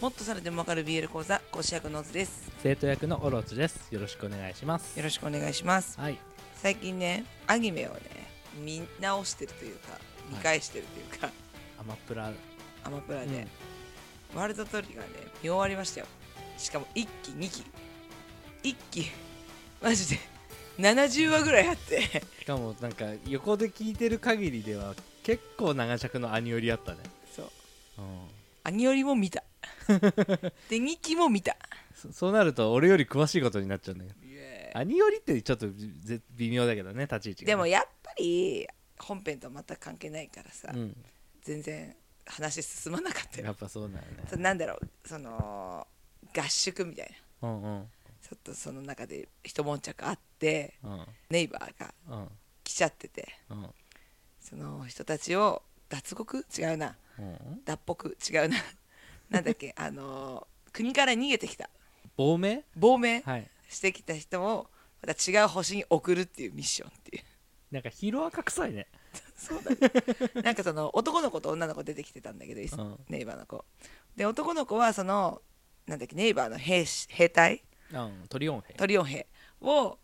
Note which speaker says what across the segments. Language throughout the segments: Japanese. Speaker 1: もっとされてもわかる BL 講座講師役のオズです
Speaker 2: 生徒役のオロチですよろしくお願いします
Speaker 1: よろしくお願いします
Speaker 2: はい
Speaker 1: 最近ねアニメをね見直してるというか見返してるというか、
Speaker 2: アマプラ
Speaker 1: アマプラで、
Speaker 2: うん
Speaker 1: ワールドトリガーね見終わりましたよしかも1期2期1期マジで70話ぐらいあって
Speaker 2: しかもなんか横で聞いてる限りでは結構長尺の兄よりあったね
Speaker 1: そう
Speaker 2: うん
Speaker 1: アニよりも見 たで2期も見た
Speaker 2: そそうなると俺より詳しいことになっちゃうんだけど
Speaker 1: イエーイ
Speaker 2: 兄よりってちょっとぜ微妙だけどね立ち位置がね
Speaker 1: でもやっぱり本編と全く関係ないからさ、
Speaker 2: うん
Speaker 1: 全然話進まなかった
Speaker 2: や
Speaker 1: よ
Speaker 2: っぱそうなのね
Speaker 1: そなんだろうその合宿みたいな
Speaker 2: うんうん
Speaker 1: ちょっとその中で一悶着あって
Speaker 2: うん
Speaker 1: ネイバーが
Speaker 2: うん
Speaker 1: 来ちゃってて
Speaker 2: うん
Speaker 1: その人たちを脱獄違うな
Speaker 2: うん
Speaker 1: 脱北違うな なんだっけあのー国から逃げてきた
Speaker 2: 亡命
Speaker 1: 亡命
Speaker 2: はい
Speaker 1: してきた人をまた違う星に送るっていうミッションっていう
Speaker 2: なんかヒロアカ臭いね
Speaker 1: そうだ、ね、 なんかその男の子と女の子出てきてたんだけど、
Speaker 2: うん
Speaker 1: ネイバーの子で男の子はそのなんだっけネイバーの兵士兵隊
Speaker 2: うんトリオン兵
Speaker 1: トリオン兵を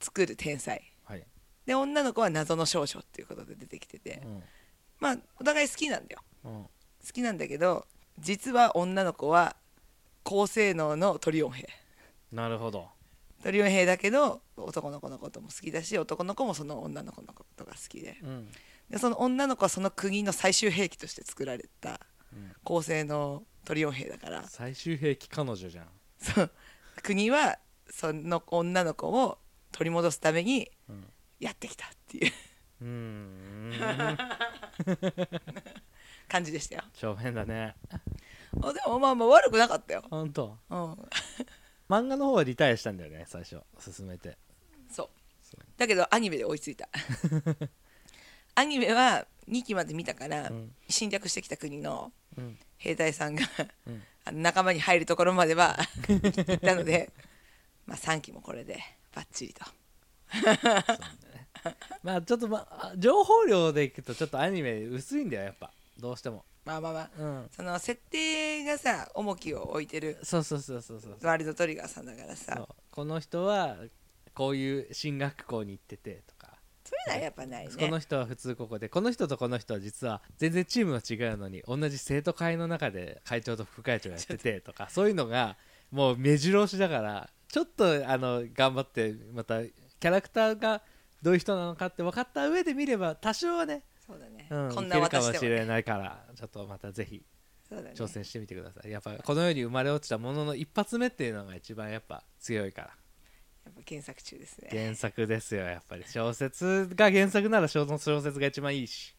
Speaker 1: 作る天才
Speaker 2: はい
Speaker 1: で女の子は謎の少女っていうことで出てきてて
Speaker 2: うん
Speaker 1: まあお互い好きなんだよ
Speaker 2: うん
Speaker 1: 好きなんだけど実は女の子は高性能のトリオン兵
Speaker 2: なるほど
Speaker 1: トリオン兵だけど男の子のことも好きだし男の子もその女の子のことが好きで
Speaker 2: うん
Speaker 1: でその女の子はその国の最終兵器として作られた
Speaker 2: うん
Speaker 1: 高性能トリオン兵だから
Speaker 2: 最終兵器彼女じゃん
Speaker 1: そう国はその女の子を取り戻すために
Speaker 2: うん
Speaker 1: やってきたっていう
Speaker 2: うーん
Speaker 1: 感じでしたよ
Speaker 2: 長編だね
Speaker 1: あでもまあまあ悪くなかったよ、
Speaker 2: ほんと
Speaker 1: うん、
Speaker 2: 漫画の方はリタイアしたんだよね最初進めて
Speaker 1: そう
Speaker 2: そう
Speaker 1: だけどアニメで追いついた アニメは2期まで見たから、
Speaker 2: うん
Speaker 1: 侵略してきた国の
Speaker 2: うん
Speaker 1: 兵隊さんが
Speaker 2: うん
Speaker 1: あの仲間に入るところまでは行ったのでまあ3期もこれでバッチリと
Speaker 2: まあちょっと、ま、あ情報量でいくとちょっとアニメ薄いんだよやっぱどうしても
Speaker 1: まあまあまあ
Speaker 2: うん
Speaker 1: その設定がさ重きを置いてる
Speaker 2: そうそうそうそうそう
Speaker 1: ワールドトリガーさんだからさ
Speaker 2: そうこの人はこういう進学校に行っててとか、
Speaker 1: そういうのはやっぱない
Speaker 2: この
Speaker 1: ね
Speaker 2: 人は普通ここでこの人とこの人は実は全然チームは違うのに同じ生徒会の中で会長と副会長やってて とかそういうのがもう目白押しだからちょっとあの頑張ってまたキャラクターがどういう人なのかって分かった上で見れば多少はね、
Speaker 1: そうだね、
Speaker 2: うん、
Speaker 1: こんない
Speaker 2: けるか
Speaker 1: 私
Speaker 2: も
Speaker 1: で
Speaker 2: し
Speaker 1: も、
Speaker 2: れ
Speaker 1: ね、
Speaker 2: ないからちょっとまたぜひ
Speaker 1: そうだね
Speaker 2: 挑戦してみてくださいやっぱこの世に生まれ落ちたものの一発目っていうのが一番やっぱ強いから。
Speaker 1: やっぱ検索中ですね
Speaker 2: 原作ですよやっぱり小説が原作なら小小説が一番いいし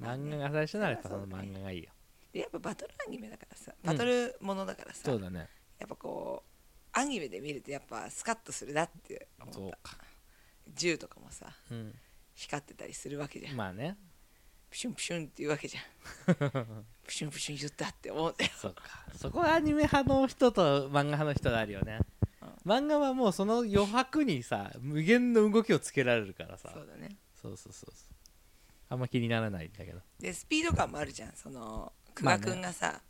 Speaker 2: 漫画が最初ならやっぱその漫画がいいよ
Speaker 1: でやっぱバトルアニメだからさバトルものだからさ、
Speaker 2: そうだね
Speaker 1: やっぱこうアニメで見るとやっぱスカッとするなって
Speaker 2: そ
Speaker 1: 思
Speaker 2: う
Speaker 1: った
Speaker 2: か
Speaker 1: 銃とかもさ
Speaker 2: うん
Speaker 1: 光ってたりするわけじゃん
Speaker 2: まあね
Speaker 1: プシュンプシュンっていうわけじゃん プシュンプシュン言ったって思って
Speaker 2: そうかそこはアニメ派の人と漫画派の人があるよね漫画はもうその余白にさ無限の動きをつけられるからさ
Speaker 1: そうだね
Speaker 2: そうそうそうそうあんま気にならないんだけど
Speaker 1: でスピード感もあるじゃんその久
Speaker 2: まあ
Speaker 1: 我
Speaker 2: ね
Speaker 1: 君がさ、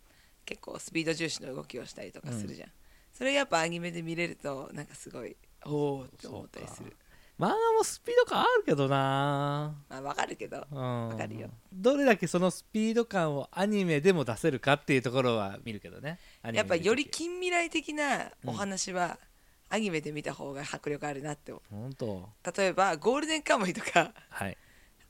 Speaker 1: 結構スピード重視の動きをしたりとかするじゃん、それやっぱアニメで見れるとなんかすごいおおって思ったりする
Speaker 2: 漫画もスピード感あるけどな
Speaker 1: まあわかるけど
Speaker 2: わ
Speaker 1: かるよ
Speaker 2: どれだけそのスピード感をアニメでも出せるかっていうところは見るけどねアニメ
Speaker 1: やっぱ
Speaker 2: 見る時
Speaker 1: より近未来的なお話は、アニメで見た方が迫力あるなって思う
Speaker 2: 本当
Speaker 1: 例えばゴールデンカムイとか
Speaker 2: はい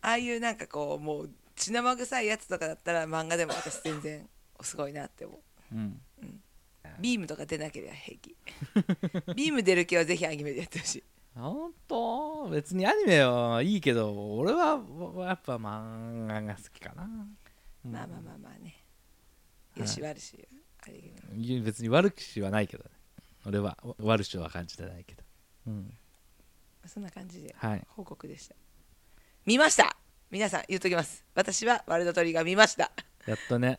Speaker 1: ああいうなんかこうもう血生臭いやつとかだったら漫画でも私全然すごいなって思う
Speaker 2: うん
Speaker 1: ビームとか出なければ平気 ビーム出る系はぜひアニメでやってほしい
Speaker 2: 本当別にアニメはいいけど俺はわやっぱ漫画が好きかな、うん
Speaker 1: まあまあまあまあね。よし悪し、あれだけど
Speaker 2: いや別に悪口はないけどね俺はわ悪しは感じてないけどうん
Speaker 1: そんな感じで
Speaker 2: はい
Speaker 1: 報告でした。見ました皆さん言っときます。私はワールドトリガー見ました。
Speaker 2: やっと ね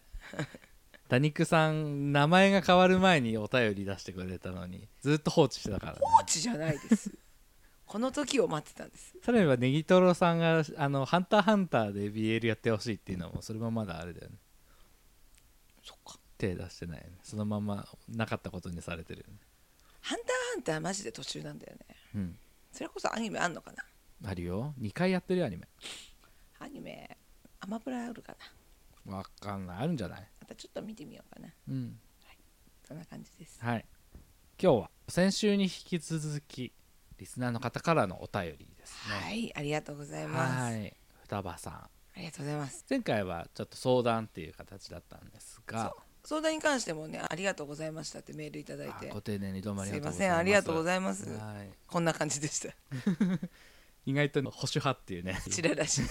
Speaker 2: 多肉さん名前が変わる前にお便り出してくれたのにずっと放置してたから、ね、
Speaker 1: 放置じゃない です。この時を待ってたんです。
Speaker 2: さらにはネギトロさんが「あのハンターハンター」で BL やってほしいっていうのもそれもまだあれだよね
Speaker 1: そっか。
Speaker 2: 手出してないよねそのままなかったことにされてるよね
Speaker 1: ハンターハンターマジで途中なんだよね
Speaker 2: うん
Speaker 1: それこそアニメあんのかな
Speaker 2: あるよ2回やってるよアニメ
Speaker 1: アニメアマプラあるかな
Speaker 2: わかんないあるんじゃない
Speaker 1: またちょっと見てみようかな
Speaker 2: うん
Speaker 1: そんな感じです
Speaker 2: はい今日は先週に引き続きリスナーの方からのお便りです
Speaker 1: は
Speaker 2: ね
Speaker 1: いありがとうございます
Speaker 2: はい双葉さん
Speaker 1: ありがとうございます
Speaker 2: 前回はちょっと相談っていう形だったんですが
Speaker 1: 相談に関してもねありがとうございましたってメールいただいて
Speaker 2: あご丁寧にどうもあり
Speaker 1: す
Speaker 2: が
Speaker 1: い
Speaker 2: とうご
Speaker 1: ま
Speaker 2: ざいます
Speaker 1: せんありがとうございま
Speaker 2: ますはい
Speaker 1: こんな感じでした
Speaker 2: 意外と保守派っていうね
Speaker 1: こちららしい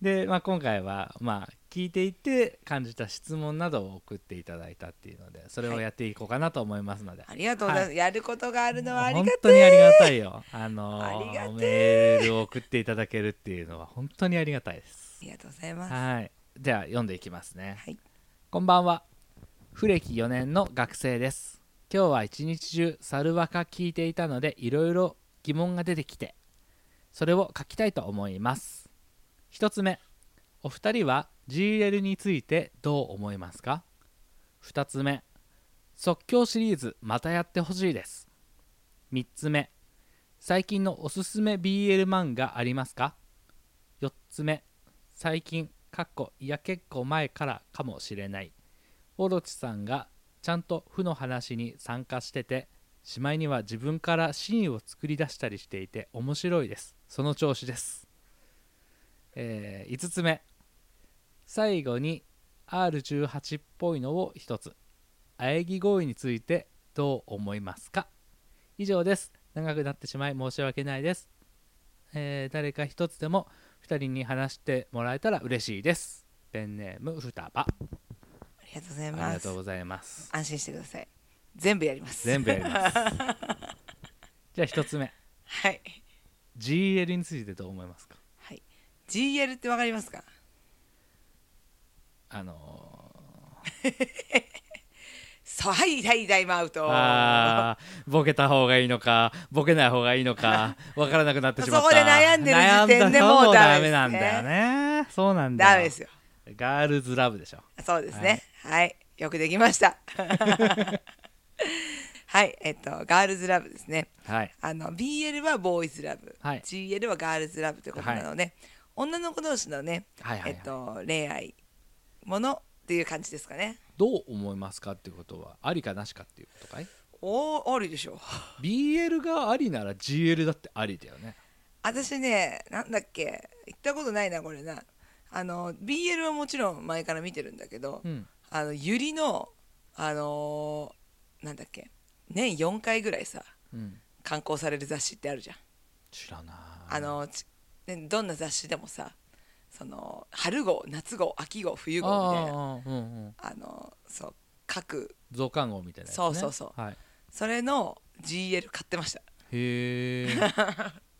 Speaker 2: で、まあ、今回は、まあ、聞いていて感じた質問などを送っていただいたっていうのでそれをやっていこうかなと思いますので、
Speaker 1: ありがとうございます、やることがあるのはあり
Speaker 2: 本
Speaker 1: が
Speaker 2: 当にありがたいよ、あの
Speaker 1: ありがてえ
Speaker 2: メールを送っていただけるっていうのは本当にありがたいです
Speaker 1: ありがとうございますは
Speaker 2: はいでは読んでいきますね、
Speaker 1: い
Speaker 2: こんばんは。フレキ4年の学生です。今日は一日中サルワカ聞いていたのでいろいろ疑問が出てきて、それを書きたいと思います。一つ目、お二人は GL についてどう思いますか二つ目、即興シリーズまたやってほしいです。三つ目、最近のおすすめ BL 漫画ありますか四つ目、最近かっこいや結構前からかもしれないオロチさんがちゃんと負の話に参加しててしまいには自分からシーンを作り出したりしていて面白いですその調子です、え5つ目最後に R18 っぽいのを1つ喘ぎ声についてどう思いますか以上です長くなってしまい申し訳ないです、えー誰か1つでも2人に話してもらえたら嬉しいですペンネームふた
Speaker 1: あ
Speaker 2: ば
Speaker 1: りがとうござい
Speaker 2: あり
Speaker 1: ま
Speaker 2: がと
Speaker 1: す
Speaker 2: うございます
Speaker 1: 安心してください全部やります
Speaker 2: 全部やりますじゃあ1つ目
Speaker 1: はい
Speaker 2: GL についてどう思いますか
Speaker 1: はい GL ってわかりますか
Speaker 2: あの
Speaker 1: そうはいはいタイムアウト
Speaker 2: ー、あーボケた方がいいのかボケない方がいいのかわからなくなってしまっ
Speaker 1: そ
Speaker 2: た
Speaker 1: こで悩んでる時点で
Speaker 2: 悩んだと
Speaker 1: もうダメ
Speaker 2: ダ
Speaker 1: ですね
Speaker 2: メなんだよねそうなんだよ
Speaker 1: ダメですよ
Speaker 2: ガールズラブでしょ
Speaker 1: そうですねはい、よくできました はいえっとガールズラブですね
Speaker 2: はい
Speaker 1: あの BL はボーイズラブ、
Speaker 2: はい
Speaker 1: GL はガールズラブということなので、女の子同士のね、
Speaker 2: はいはいはい
Speaker 1: えっと、恋愛ものっていう感じですかね
Speaker 2: どう思いますかっていうことはありかなしかっていうことかい
Speaker 1: おーあるでしょ
Speaker 2: BL がありなら GL だってありだよね
Speaker 1: 私ねなんだっけ行ったことないなこれなあの BL はもちろん前から見てるんだけど、
Speaker 2: うん
Speaker 1: あのゆりのあのーなんだっけ年4回ぐらいさ
Speaker 2: うん
Speaker 1: 刊行される雑誌ってあるじゃん
Speaker 2: 知らない
Speaker 1: あのちねどんな雑誌でもさその春号夏号秋号冬号みたいな
Speaker 2: あーあーうんうん
Speaker 1: あのそう各
Speaker 2: 増刊号みたいなやつ、ね、
Speaker 1: そうそうそう
Speaker 2: はい、
Speaker 1: それの GL 買ってました
Speaker 2: へえ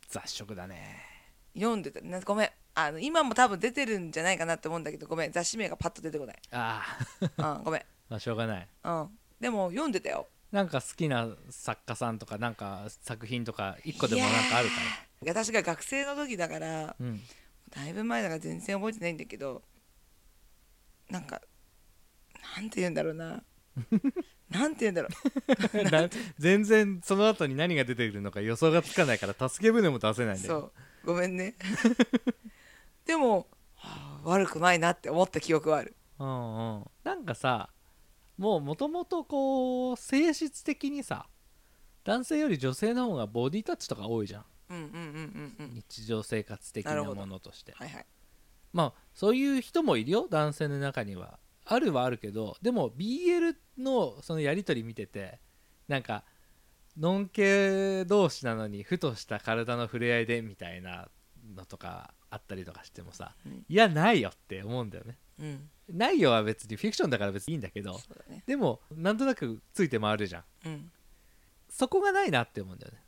Speaker 2: 雑食だね
Speaker 1: 読んでたなごめんあの今も多分出てるんじゃないかなって思うんだけどごめん雑誌名がパッと出てこ ない、
Speaker 2: ああ
Speaker 1: うん、ごめん、
Speaker 2: まあしょうがない
Speaker 1: うん、でも読んでたよ
Speaker 2: なんか好きな作家さんとかなんか作品とか一個でもなんかあるか
Speaker 1: いやー私が学生の時だから
Speaker 2: らうん
Speaker 1: だいぶ前だから全然覚えてないんだけどなんかなんて言うんだろう ななんて言うんだろう
Speaker 2: な全然その後に何が出てくるのか予想がつかないから助け舟も出せないんだよ
Speaker 1: そうごめんね でも、はあ悪くないなって思った記憶はある
Speaker 2: うんうん、なんかさもうもともとこう性質的にさ男性より女性の方がボディタッチとか多いじゃん
Speaker 1: うんうんうんうんうん
Speaker 2: 日常生活的なものとして
Speaker 1: はいはい
Speaker 2: まあそういう人もいるよ男性の中にはあるはあるけどでも BL のそのやり取り見ててなんかノンケ同士なのにふとした体の触れ合いでみたいなのとかあったりとかしてもさ、
Speaker 1: うん
Speaker 2: いやないよって思うんだよね
Speaker 1: うん
Speaker 2: ないよは別にフィクションだから別にいいんだけど
Speaker 1: そうだね
Speaker 2: でもなんとなくついて回るじゃん
Speaker 1: うん
Speaker 2: そこがないなって思うんだよね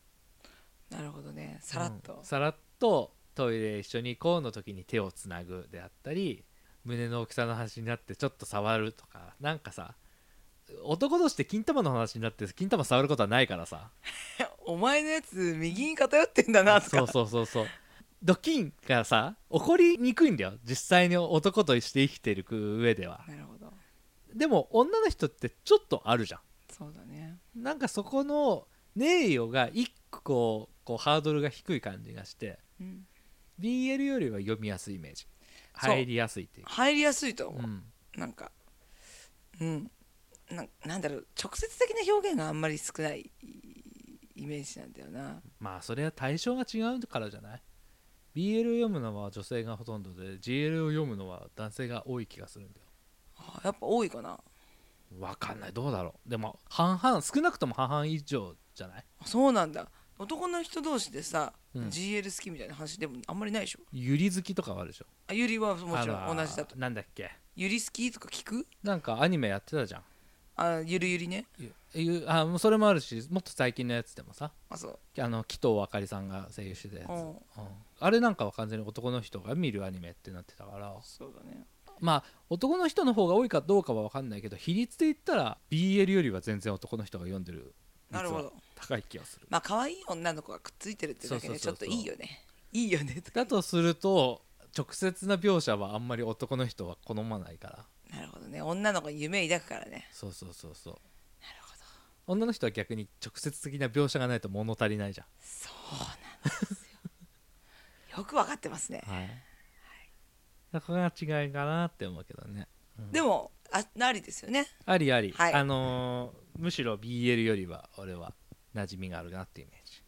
Speaker 1: なるほどねさらっと、
Speaker 2: うんさらっとトイレ一緒に行こうの時に手をつなぐであったり胸の大きさの話になってちょっと触るとかなんかさ男同士で金玉の話になって金玉触ることはないからさ
Speaker 1: お前のやつ右に偏ってんだなとか
Speaker 2: そうそうそうそうドキンがさ起こりにくいんだよ実際に男として生きてる上では
Speaker 1: なるほど
Speaker 2: でも女の人ってちょっとあるじゃ
Speaker 1: そうだね
Speaker 2: んなんかそこの名誉が一個こうこうハードルが低い感じがして
Speaker 1: うん
Speaker 2: BL よりは読みやすいイメージ
Speaker 1: そう
Speaker 2: 入りやすいっていう
Speaker 1: 入りやすいと思う、
Speaker 2: うん
Speaker 1: なんかうんななんだろう直接的な表現があんまり少ないイメージなんだよな
Speaker 2: まあそれは対象が違うからじゃない BL を読むのは女性がほとんどで GL を読むのは男性が多い気がするんだよ
Speaker 1: あやっぱ多いかな
Speaker 2: わかんないどうだろうでも半々少なくとも半々以上じゃない
Speaker 1: あそうなんだ男の人同士でさ、
Speaker 2: うん
Speaker 1: GL 好きみたいな話でもあんまりないでしょ
Speaker 2: ゆり好きとかはあるでしょ
Speaker 1: あゆりはもちろ
Speaker 2: あの
Speaker 1: ん同じだと
Speaker 2: なんだっけ
Speaker 1: ゆり好きとか聞く
Speaker 2: なんかアニメやってたじゃん
Speaker 1: あゆるゆりね
Speaker 2: ゆゆあもうそれもあるしもっと最近のやつでもさ
Speaker 1: あそう
Speaker 2: あの紀藤あかりさんが声優してたやつ、
Speaker 1: う
Speaker 2: うんんあれなんかは完全に男の人が見るアニメってなってたから
Speaker 1: そうだね
Speaker 2: まあ男の人の方が多いかどうかは分かんないけど比率で言ったら BL よりは全然男の人が読んでる
Speaker 1: なるほ
Speaker 2: 率は
Speaker 1: ど
Speaker 2: 高い気がする
Speaker 1: まあ可愛い女の子がくっついてるってだけで、ね、ち
Speaker 2: そ
Speaker 1: ょ
Speaker 2: う
Speaker 1: っ
Speaker 2: そ
Speaker 1: と
Speaker 2: うそうそう
Speaker 1: いいよねいいよね
Speaker 2: だとすると直接な描写はあんまり男の人は好まないから
Speaker 1: なるほどね女の子に夢抱くからね
Speaker 2: そうそうそうそう
Speaker 1: なるほど
Speaker 2: 女の人は逆に直接的な描写がないと物足りないじゃん
Speaker 1: そうなんですよ よくわかってますね
Speaker 2: はい。そこが違いかなって思うけどね。
Speaker 1: でもあなりですよね
Speaker 2: ありあり。
Speaker 1: はい
Speaker 2: あのーむしろ BL よりは俺は馴染みがあるなっていうイメージ。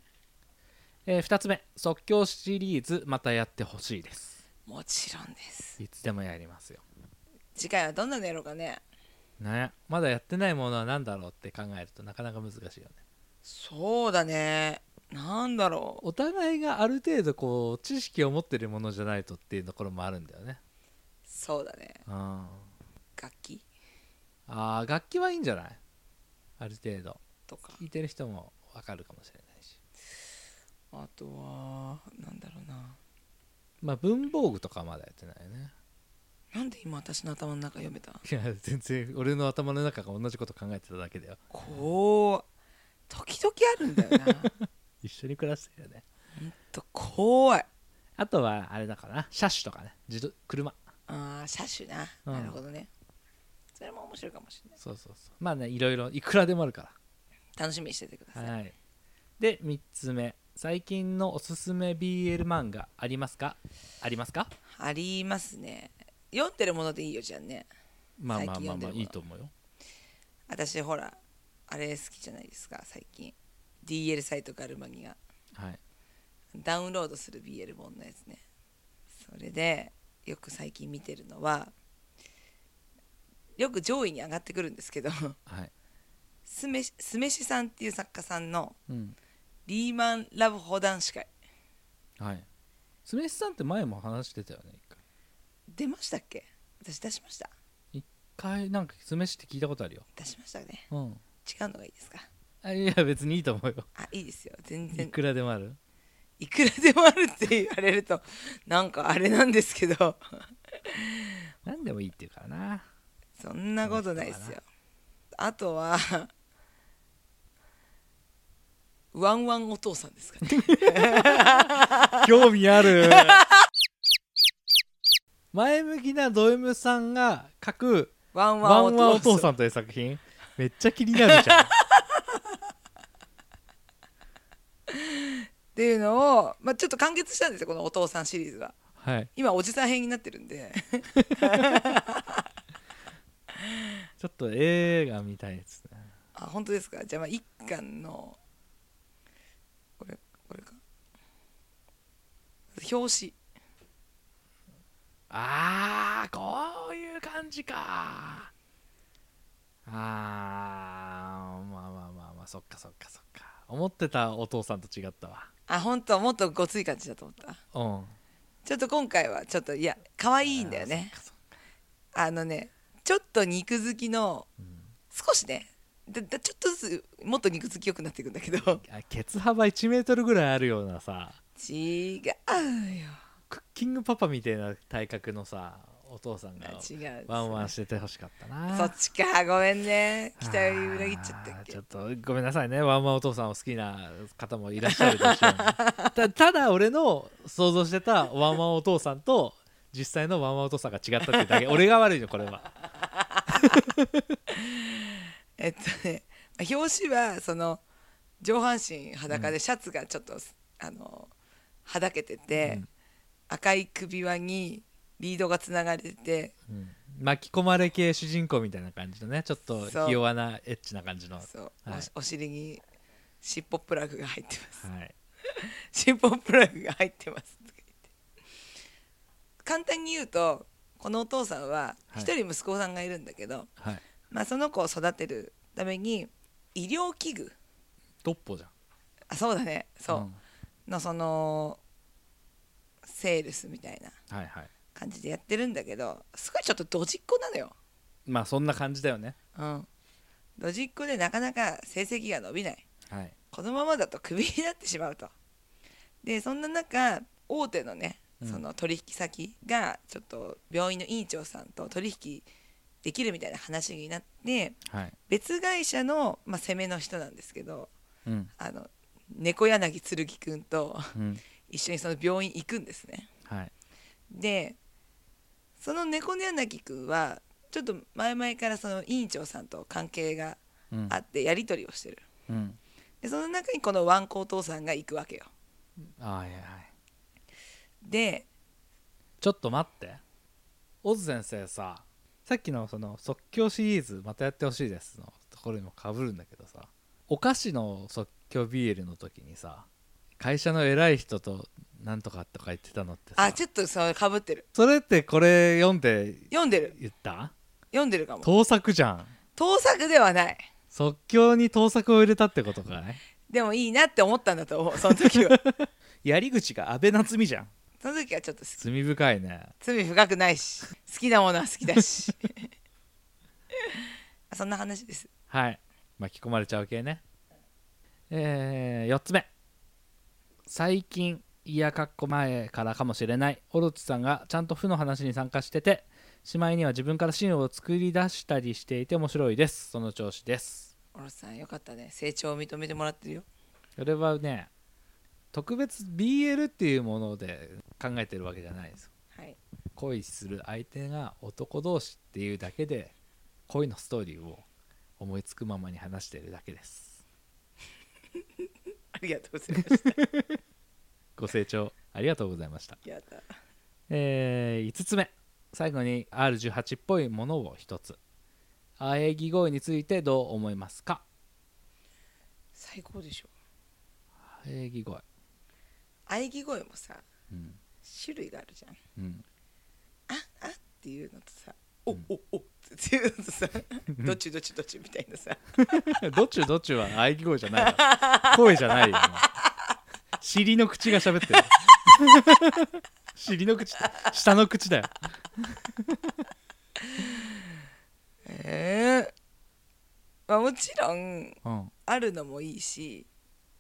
Speaker 2: えー、2つ目即興シリーズまたやってほしいです
Speaker 1: もちろんです
Speaker 2: いつでもやりますよ
Speaker 1: 次回はどんなのやろうかね
Speaker 2: ねまだやってないものは何だろうって考えるとなかなか難しいよね
Speaker 1: そうだねなんだろう
Speaker 2: お互いがある程度こう知識を持ってるものじゃないとっていうところもあるんだよね
Speaker 1: そうだね
Speaker 2: うんあ
Speaker 1: 楽器
Speaker 2: ー楽器はいいんじゃないある程度
Speaker 1: とか
Speaker 2: 聴いてる人もわかるかもしれないし
Speaker 1: あとはなんだろうな
Speaker 2: まあ文房具とかはまだやってないよね
Speaker 1: なんで今私の頭の中読めた
Speaker 2: いや全然俺の頭の中が同じこと考えてただけだよ
Speaker 1: こう時々あるんだよな
Speaker 2: 一緒に暮らしてるよね
Speaker 1: と怖い
Speaker 2: あとはあれだから車種とかね自動車
Speaker 1: あー車種な、
Speaker 2: うん
Speaker 1: なるほどねそれも面白いかもしれない
Speaker 2: そうそうそうまあねいろいろいくらでもあるか
Speaker 1: 楽しみにしててくださ
Speaker 2: ら
Speaker 1: い、
Speaker 2: はいで3つ目最近のおすすめ BL 漫画ありますかありますか
Speaker 1: ありますね読んでるものでいいよじゃんね
Speaker 2: まあま
Speaker 1: 最
Speaker 2: あ
Speaker 1: 近
Speaker 2: まあ
Speaker 1: 読んで
Speaker 2: まあ
Speaker 1: る
Speaker 2: いいと思うよ
Speaker 1: 私ほらあれ好きじゃないですか最近 DL サイトガルマギが
Speaker 2: はい
Speaker 1: ダウンロードする BL 本のやつねそれでよく最近見てるのはよく上位に上がってくるんですけど
Speaker 2: はい
Speaker 1: 酢飯酢飯さんっていう作家さんの
Speaker 2: うん
Speaker 1: リーマンラブ保男子会
Speaker 2: はいスメスさんって前も話してたよね一回
Speaker 1: 出ましたっけ私出しました
Speaker 2: 一回なんかスメシって聞いたことあるよ
Speaker 1: 出しましたね
Speaker 2: うん
Speaker 1: 違うのがいいですか
Speaker 2: あいや別にいいと思うよ
Speaker 1: あいいですよ全
Speaker 2: い
Speaker 1: 然
Speaker 2: くらでもある
Speaker 1: いくらでもあるって言われるとなんかあれなんですけど
Speaker 2: 何でもいいっていうからな
Speaker 1: そんなことないですよあとはワンワンお父さんですかね
Speaker 2: 興味ある前向きなド M さんが書く
Speaker 1: ワ
Speaker 2: 「
Speaker 1: ンワ
Speaker 2: ワ
Speaker 1: ン
Speaker 2: ンワンお
Speaker 1: お父さ
Speaker 2: 父
Speaker 1: ん
Speaker 2: さん」という作品めっちゃ気になるじゃん
Speaker 1: っていうのを、まあ、ちょっと完結したんですよこのお父さんシリーズ は
Speaker 2: はい
Speaker 1: 今おじさん編になってるんで
Speaker 2: ちょっと映画みたいですね
Speaker 1: あ本当ですかじゃあまあ一巻のこれこれか表紙
Speaker 2: あーこういう感じかあーまあまあまあまあそっかそっかそっか思ってたお父さんと違ったわ
Speaker 1: あ本当もっとごつい感じだと思った
Speaker 2: うん
Speaker 1: ちょっと今回はちょっといや可愛いんだよね
Speaker 2: あーそっかそっか
Speaker 1: あのねちょっと肉好きの
Speaker 2: うん
Speaker 1: 少しねだだちょっとずつもっと肉付き良くなっていくんだけど
Speaker 2: あケツ幅1メートルぐらいあるようなさ
Speaker 1: 違うよ
Speaker 2: クッキングパパみたいな体格のさお父さんが
Speaker 1: 違う
Speaker 2: ワンワンしててほしかったな
Speaker 1: そっちかごめんね期待
Speaker 2: あー
Speaker 1: 裏切っちゃったっけ
Speaker 2: ちょっとごめんなさいねワンワンお父さんを好きな方もいらっしゃるでしょう たただ俺の想像してたワ ンワンお父さんと実際のワンワンお父さんが違ったっていうだけ俺が悪いのこれは
Speaker 1: えっとね表紙はその上半身裸でシャツがちょっと、あのはだけてて、
Speaker 2: うん
Speaker 1: 赤い首輪にリードがつながれてて
Speaker 2: うん巻き込まれ系主人公みたいな感じのねちょっと
Speaker 1: そう
Speaker 2: ひ弱なエッチな感じの、はい、
Speaker 1: そう、
Speaker 2: はい
Speaker 1: おしお尻に尻尾プラグが入ってます尻尾プラグが入ってますとか言って簡単に言うとこのお父さんは
Speaker 2: はい
Speaker 1: 一人息子さんがいるんだけど、
Speaker 2: はい
Speaker 1: まあ、その子を育てるために医療器具
Speaker 2: ドッポじゃん
Speaker 1: あそうだねそう、
Speaker 2: ん
Speaker 1: のそのセールスみたいな
Speaker 2: はいはい
Speaker 1: 感じでやってるんだけどすごいちょっとドジっ子なのよ、
Speaker 2: まあそんな感じだよね
Speaker 1: うん、ドジっ子でなかなか成績が伸びない
Speaker 2: はい
Speaker 1: このままだとクビになってしまうとでそんな中大手のね
Speaker 2: うん
Speaker 1: その取引先がちょっと病院の院長さんと取引できるみたいな話になって
Speaker 2: はい
Speaker 1: 別会社の、まあ、攻めの人なんですけど
Speaker 2: うん
Speaker 1: あの猫柳剣くんと
Speaker 2: うん
Speaker 1: 一緒にその病院行くんですね。
Speaker 2: はい
Speaker 1: でその猫柳くんはちょっと前々からその委員長さんと関係が
Speaker 2: うん
Speaker 1: あってやり取りをしてる
Speaker 2: うん
Speaker 1: でその中にこのワンコお父さんが行くわけよ
Speaker 2: あはいはい
Speaker 1: で
Speaker 2: ちょっと待ってオズ先生ささっきのその即興シリーズまたやってほしいですのところにもかぶるんだけどさお菓子の即興 BL の時にさ会社の偉い人となんとかとか言ってたのってさ
Speaker 1: あちょっとそうかぶってる
Speaker 2: それってこれ読んで
Speaker 1: 読んでる
Speaker 2: 言った
Speaker 1: 読んでるかも
Speaker 2: 盗作じゃん
Speaker 1: 盗作ではない
Speaker 2: 即興に盗作を入れたってことかい
Speaker 1: でもいいなって思ったんだと思うその時 は
Speaker 2: やり口が安倍夏実じゃん
Speaker 1: その時はちょっと好き
Speaker 2: 罪深いね
Speaker 1: 罪深くないし好きなものは好きだし そんな話です
Speaker 2: はい巻き込まれちゃう系ねえー、4つ目最近いやかっこ前からかもしれないオロチさんがちゃんと負の話に参加しててしまいには自分からシーンを作り出したりしていて面白いですその調子です
Speaker 1: おろさんよかったね成長を認めてもらってるよ
Speaker 2: これはね特別 BL っていうもので考えてるわけじゃないです
Speaker 1: はい
Speaker 2: 恋する相手が男同士っていうだけで恋のストーリーを思いつくままに話してるだけです
Speaker 1: ありがとうございました
Speaker 2: ご清聴ありがとうございました
Speaker 1: やだ
Speaker 2: え5つ目最後に R18 っぽいものを1つ喘ぎ声についてどう思いますか
Speaker 1: 最高でしょ
Speaker 2: 喘ぎ声
Speaker 1: 喘ぎ声もさ
Speaker 2: うん
Speaker 1: 種類があるじゃん
Speaker 2: うん
Speaker 1: あっていうのとさおおおっていうのとさどっちどっちどっちみたいなさ
Speaker 2: どっちゅうどっちゅうは喘ぎ声じゃないわ声じゃないよもう尻の口が喋 ってる尻の口って下の口だよ
Speaker 1: ええまあもちろん
Speaker 2: うん
Speaker 1: あるのもいいし、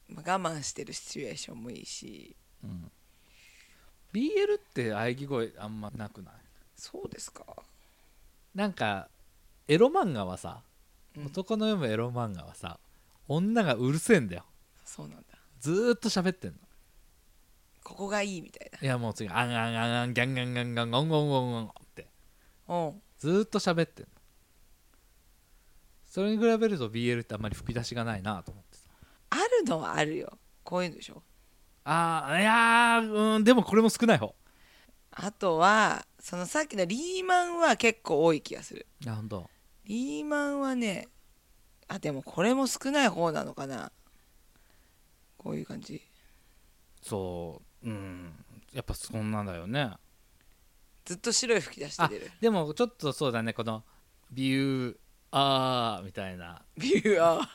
Speaker 1: まあ、我慢してるシチュエーションもいいし
Speaker 2: うん BL って喘ぎ声あんまなくない
Speaker 1: そうですか
Speaker 2: なんかエロ漫画はさ、
Speaker 1: うん
Speaker 2: 男の読むエロ漫画はさ女がうるせえんだよ
Speaker 1: そうなんだ
Speaker 2: ずーっと喋ってんの
Speaker 1: ここがいいみたい
Speaker 2: いやもう次あんあんあんあんギャンギャンギャンギャンゴンゴンゴンゴンって
Speaker 1: なうん
Speaker 2: ずーっと喋ってんのそれに比べると BL ってあんまり吹き出しがないなと思ってさ
Speaker 1: あるのはあるよこういうのでしょ
Speaker 2: あーいやーうんでもこれも少ない方
Speaker 1: あとはそのさっきのリーマンは結構多い気がする
Speaker 2: あほんと
Speaker 1: リーマンはねあでもこれも少ない方なのかなこういう感じ
Speaker 2: そううんやっぱそんなんだよね
Speaker 1: ずっと白い吹き出して
Speaker 2: あ
Speaker 1: 出る
Speaker 2: でもちょっとそうだねこのビューあーみたいな
Speaker 1: ビューアー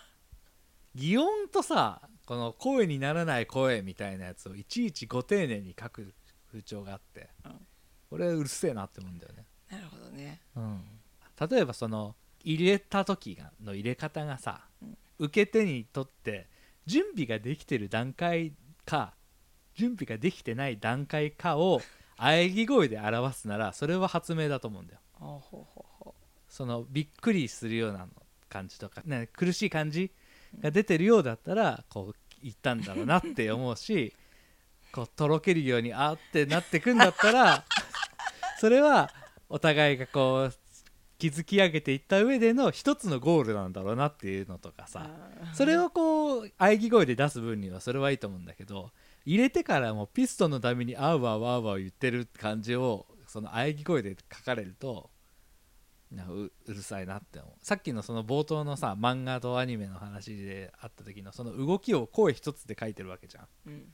Speaker 2: 擬音とさこの声にならない声みたいなやつをいちいちご丁寧に書く風潮があって、
Speaker 1: うん
Speaker 2: 俺はうるせえなって思うんだよね、
Speaker 1: なるほどね
Speaker 2: うん、例えばその入れた時がの入れ方がさ、
Speaker 1: うん
Speaker 2: 受け手にとって準備ができてる段階か準備ができてない段階かを喘ぎ声で表すならそれは発明だと思うんだよ
Speaker 1: ほうほうほうほ
Speaker 2: そのびっくりするような感じとか、ね、苦しい感じが出てるようだったらこう言ったんだろうなって思うし こうとろけるように あーってなってくんだったらそれはお互いがこう築き上げていった上での一つのゴールなんだろうなっていうのとかさそれをこう喘ぎ声で出す分にはそれはいいと思うんだけど入れてからもピストンのためにあうあうあうあう言ってる感じをその喘ぎ声で書かれるとなんかううるさいなって思うさっきのその冒頭のさ漫画とアニメの話であった時のその動きを声一つで書いてるわけじゃん
Speaker 1: うん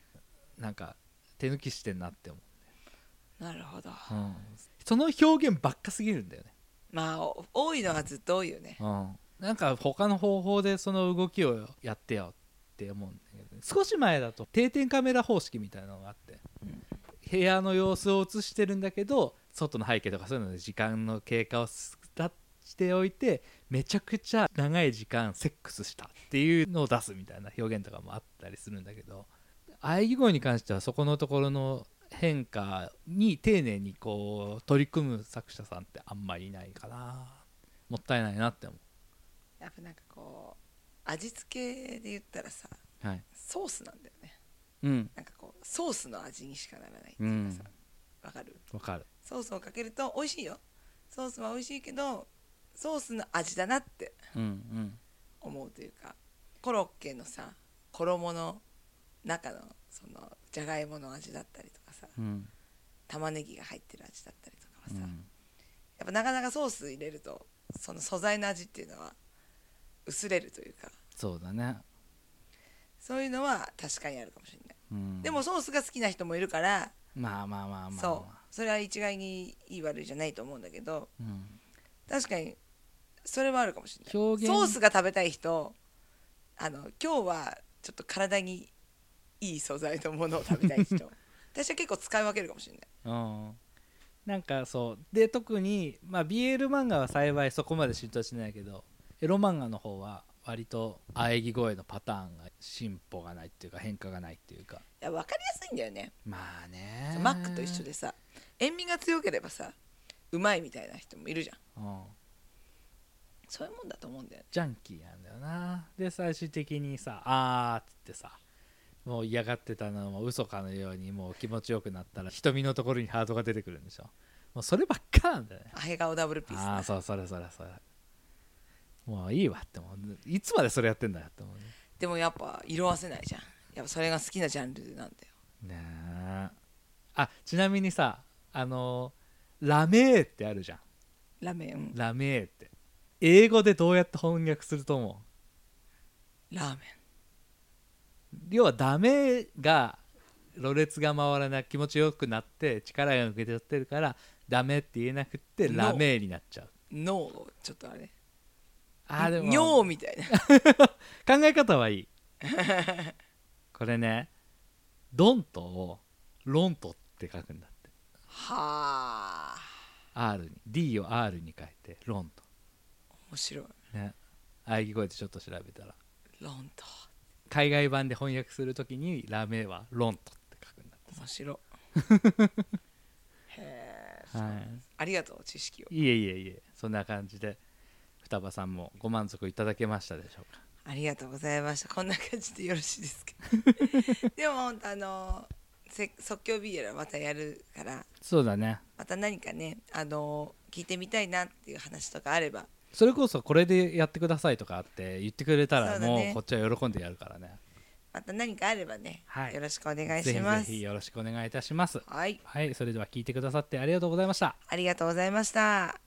Speaker 2: なんか手抜きしてんなって思
Speaker 1: なるほど
Speaker 2: う、うん、その表現ばっかすぎるんだよね
Speaker 1: まあお多いのはずっと多いよね
Speaker 2: うん、なんか他の方法でその動きをやってよって思うんだけど、ね、少し前だと定点カメラ方式みたいなのがあって、
Speaker 1: うん
Speaker 2: 部屋の様子を映してるんだけど外の背景とかそういうので時間の経過をたしておいてめちゃくちゃ長い時間セックスしたっていうのを出すみたいな表現とかもあったりするんだけど喘ぎ声に関してはそこのところの変化に丁寧にこう取り組む作者さんってあんまりいないかなもったいないなって思う
Speaker 1: やっぱなんかこう味付けで言ったらさ
Speaker 2: はい。
Speaker 1: ソースなんだよね
Speaker 2: うん。
Speaker 1: なんかこうソースの味にしかならないっていうかさわ、かる
Speaker 2: わかる。
Speaker 1: ソースをかけると美味しいよソースは美味しいけどソースの味だなって
Speaker 2: うんうん。
Speaker 1: 思うというかコロッケのさ衣の中のそのじゃがいもの味だったりとかさ
Speaker 2: うん。
Speaker 1: 玉ねぎが入ってる味だったりとかはさ、やっぱなかなかソース入れるとその素材の味っていうのは薄れるというか
Speaker 2: そうだね。
Speaker 1: そういうのは確かにあるかもしれない、
Speaker 2: うん。
Speaker 1: でもソースが好きな人もいるから、
Speaker 2: まあまあまあまあまあ。
Speaker 1: そうそれは一概にいい悪いじゃないと思うんだけど
Speaker 2: うん。
Speaker 1: 確かにそれはあるかもしれない
Speaker 2: 表現
Speaker 1: ソースが食べたい人あの今日はちょっと体にいい素材のものを食べたい人 私は結構使い分けるかもしれない
Speaker 2: うん。なんかそうで特にまあ BL 漫画は幸いそこまで浸透してないけどエロ漫画の方は割と喘ぎ声のパターンが進歩がないっていうか変化がないっていうか
Speaker 1: いや分かりやすいんだよね
Speaker 2: まあね
Speaker 1: マックと一緒でさ塩味が強ければさうまいみたいな人もいるじゃん
Speaker 2: うん
Speaker 1: そういうもんだと思うんだよね
Speaker 2: ジャンキーなんだよなで最終的にさ「あー」っつってさもう嫌がってたのも嘘かのようにもう気持ちよくなったら瞳のところにハートが出てくるんでしょもうそればっかなんだよね
Speaker 1: アヘ顔ダブルピース
Speaker 2: ああーそうそれそれそれもういいわって思ういつまでそれやってんだよって思うね
Speaker 1: でもやっぱ色あせないじゃんやっぱそれが好きなジャンルなんだよ
Speaker 2: ねえあちなみにさあのーラメーってあるじゃん
Speaker 1: ラメン
Speaker 2: ラメーって英語でどうやって翻訳すると思う
Speaker 1: ラーメン
Speaker 2: 要はダメがろれつが回らない気持ちよくなって力が抜けちゃってるからダメって言えなくって
Speaker 1: の
Speaker 2: ラメーになっちゃう
Speaker 1: 脳ちょっとあれ
Speaker 2: あーでも考
Speaker 1: 尿みたいな
Speaker 2: え方はいいこれねドントをロントって書くんだって
Speaker 1: はあ
Speaker 2: R に D を R に変えてロン
Speaker 1: 面白い
Speaker 2: トね喘ぎ声でちょっと調べたら
Speaker 1: ロンと
Speaker 2: 海外版で翻訳するときにラメーはロントって書くんだって
Speaker 1: 面白いへえ、
Speaker 2: はい
Speaker 1: ありがとう知識を
Speaker 2: いえいえいえそんな感じで双葉さんもご満足いただけましたでしょうか
Speaker 1: ありがとうございましたこんな感じでよろしいですか でも本当あのせ即興 BL はまたやるから
Speaker 2: そうだね
Speaker 1: また何かねあの聞いてみたいなっていう話とかあれば
Speaker 2: それこそこれでやってくださいとかって言ってくれた
Speaker 1: そ
Speaker 2: ら
Speaker 1: うだ
Speaker 2: もう
Speaker 1: ね
Speaker 2: こっちは喜んでやるからね
Speaker 1: また何かあればね、
Speaker 2: はい
Speaker 1: よろしくお願い
Speaker 2: ぜ
Speaker 1: し
Speaker 2: ひ
Speaker 1: ま
Speaker 2: ぜ
Speaker 1: す
Speaker 2: ひよろしくお願いいたします
Speaker 1: はい
Speaker 2: はいそれでは聞いてくださってありがとうございました
Speaker 1: ありがとうございました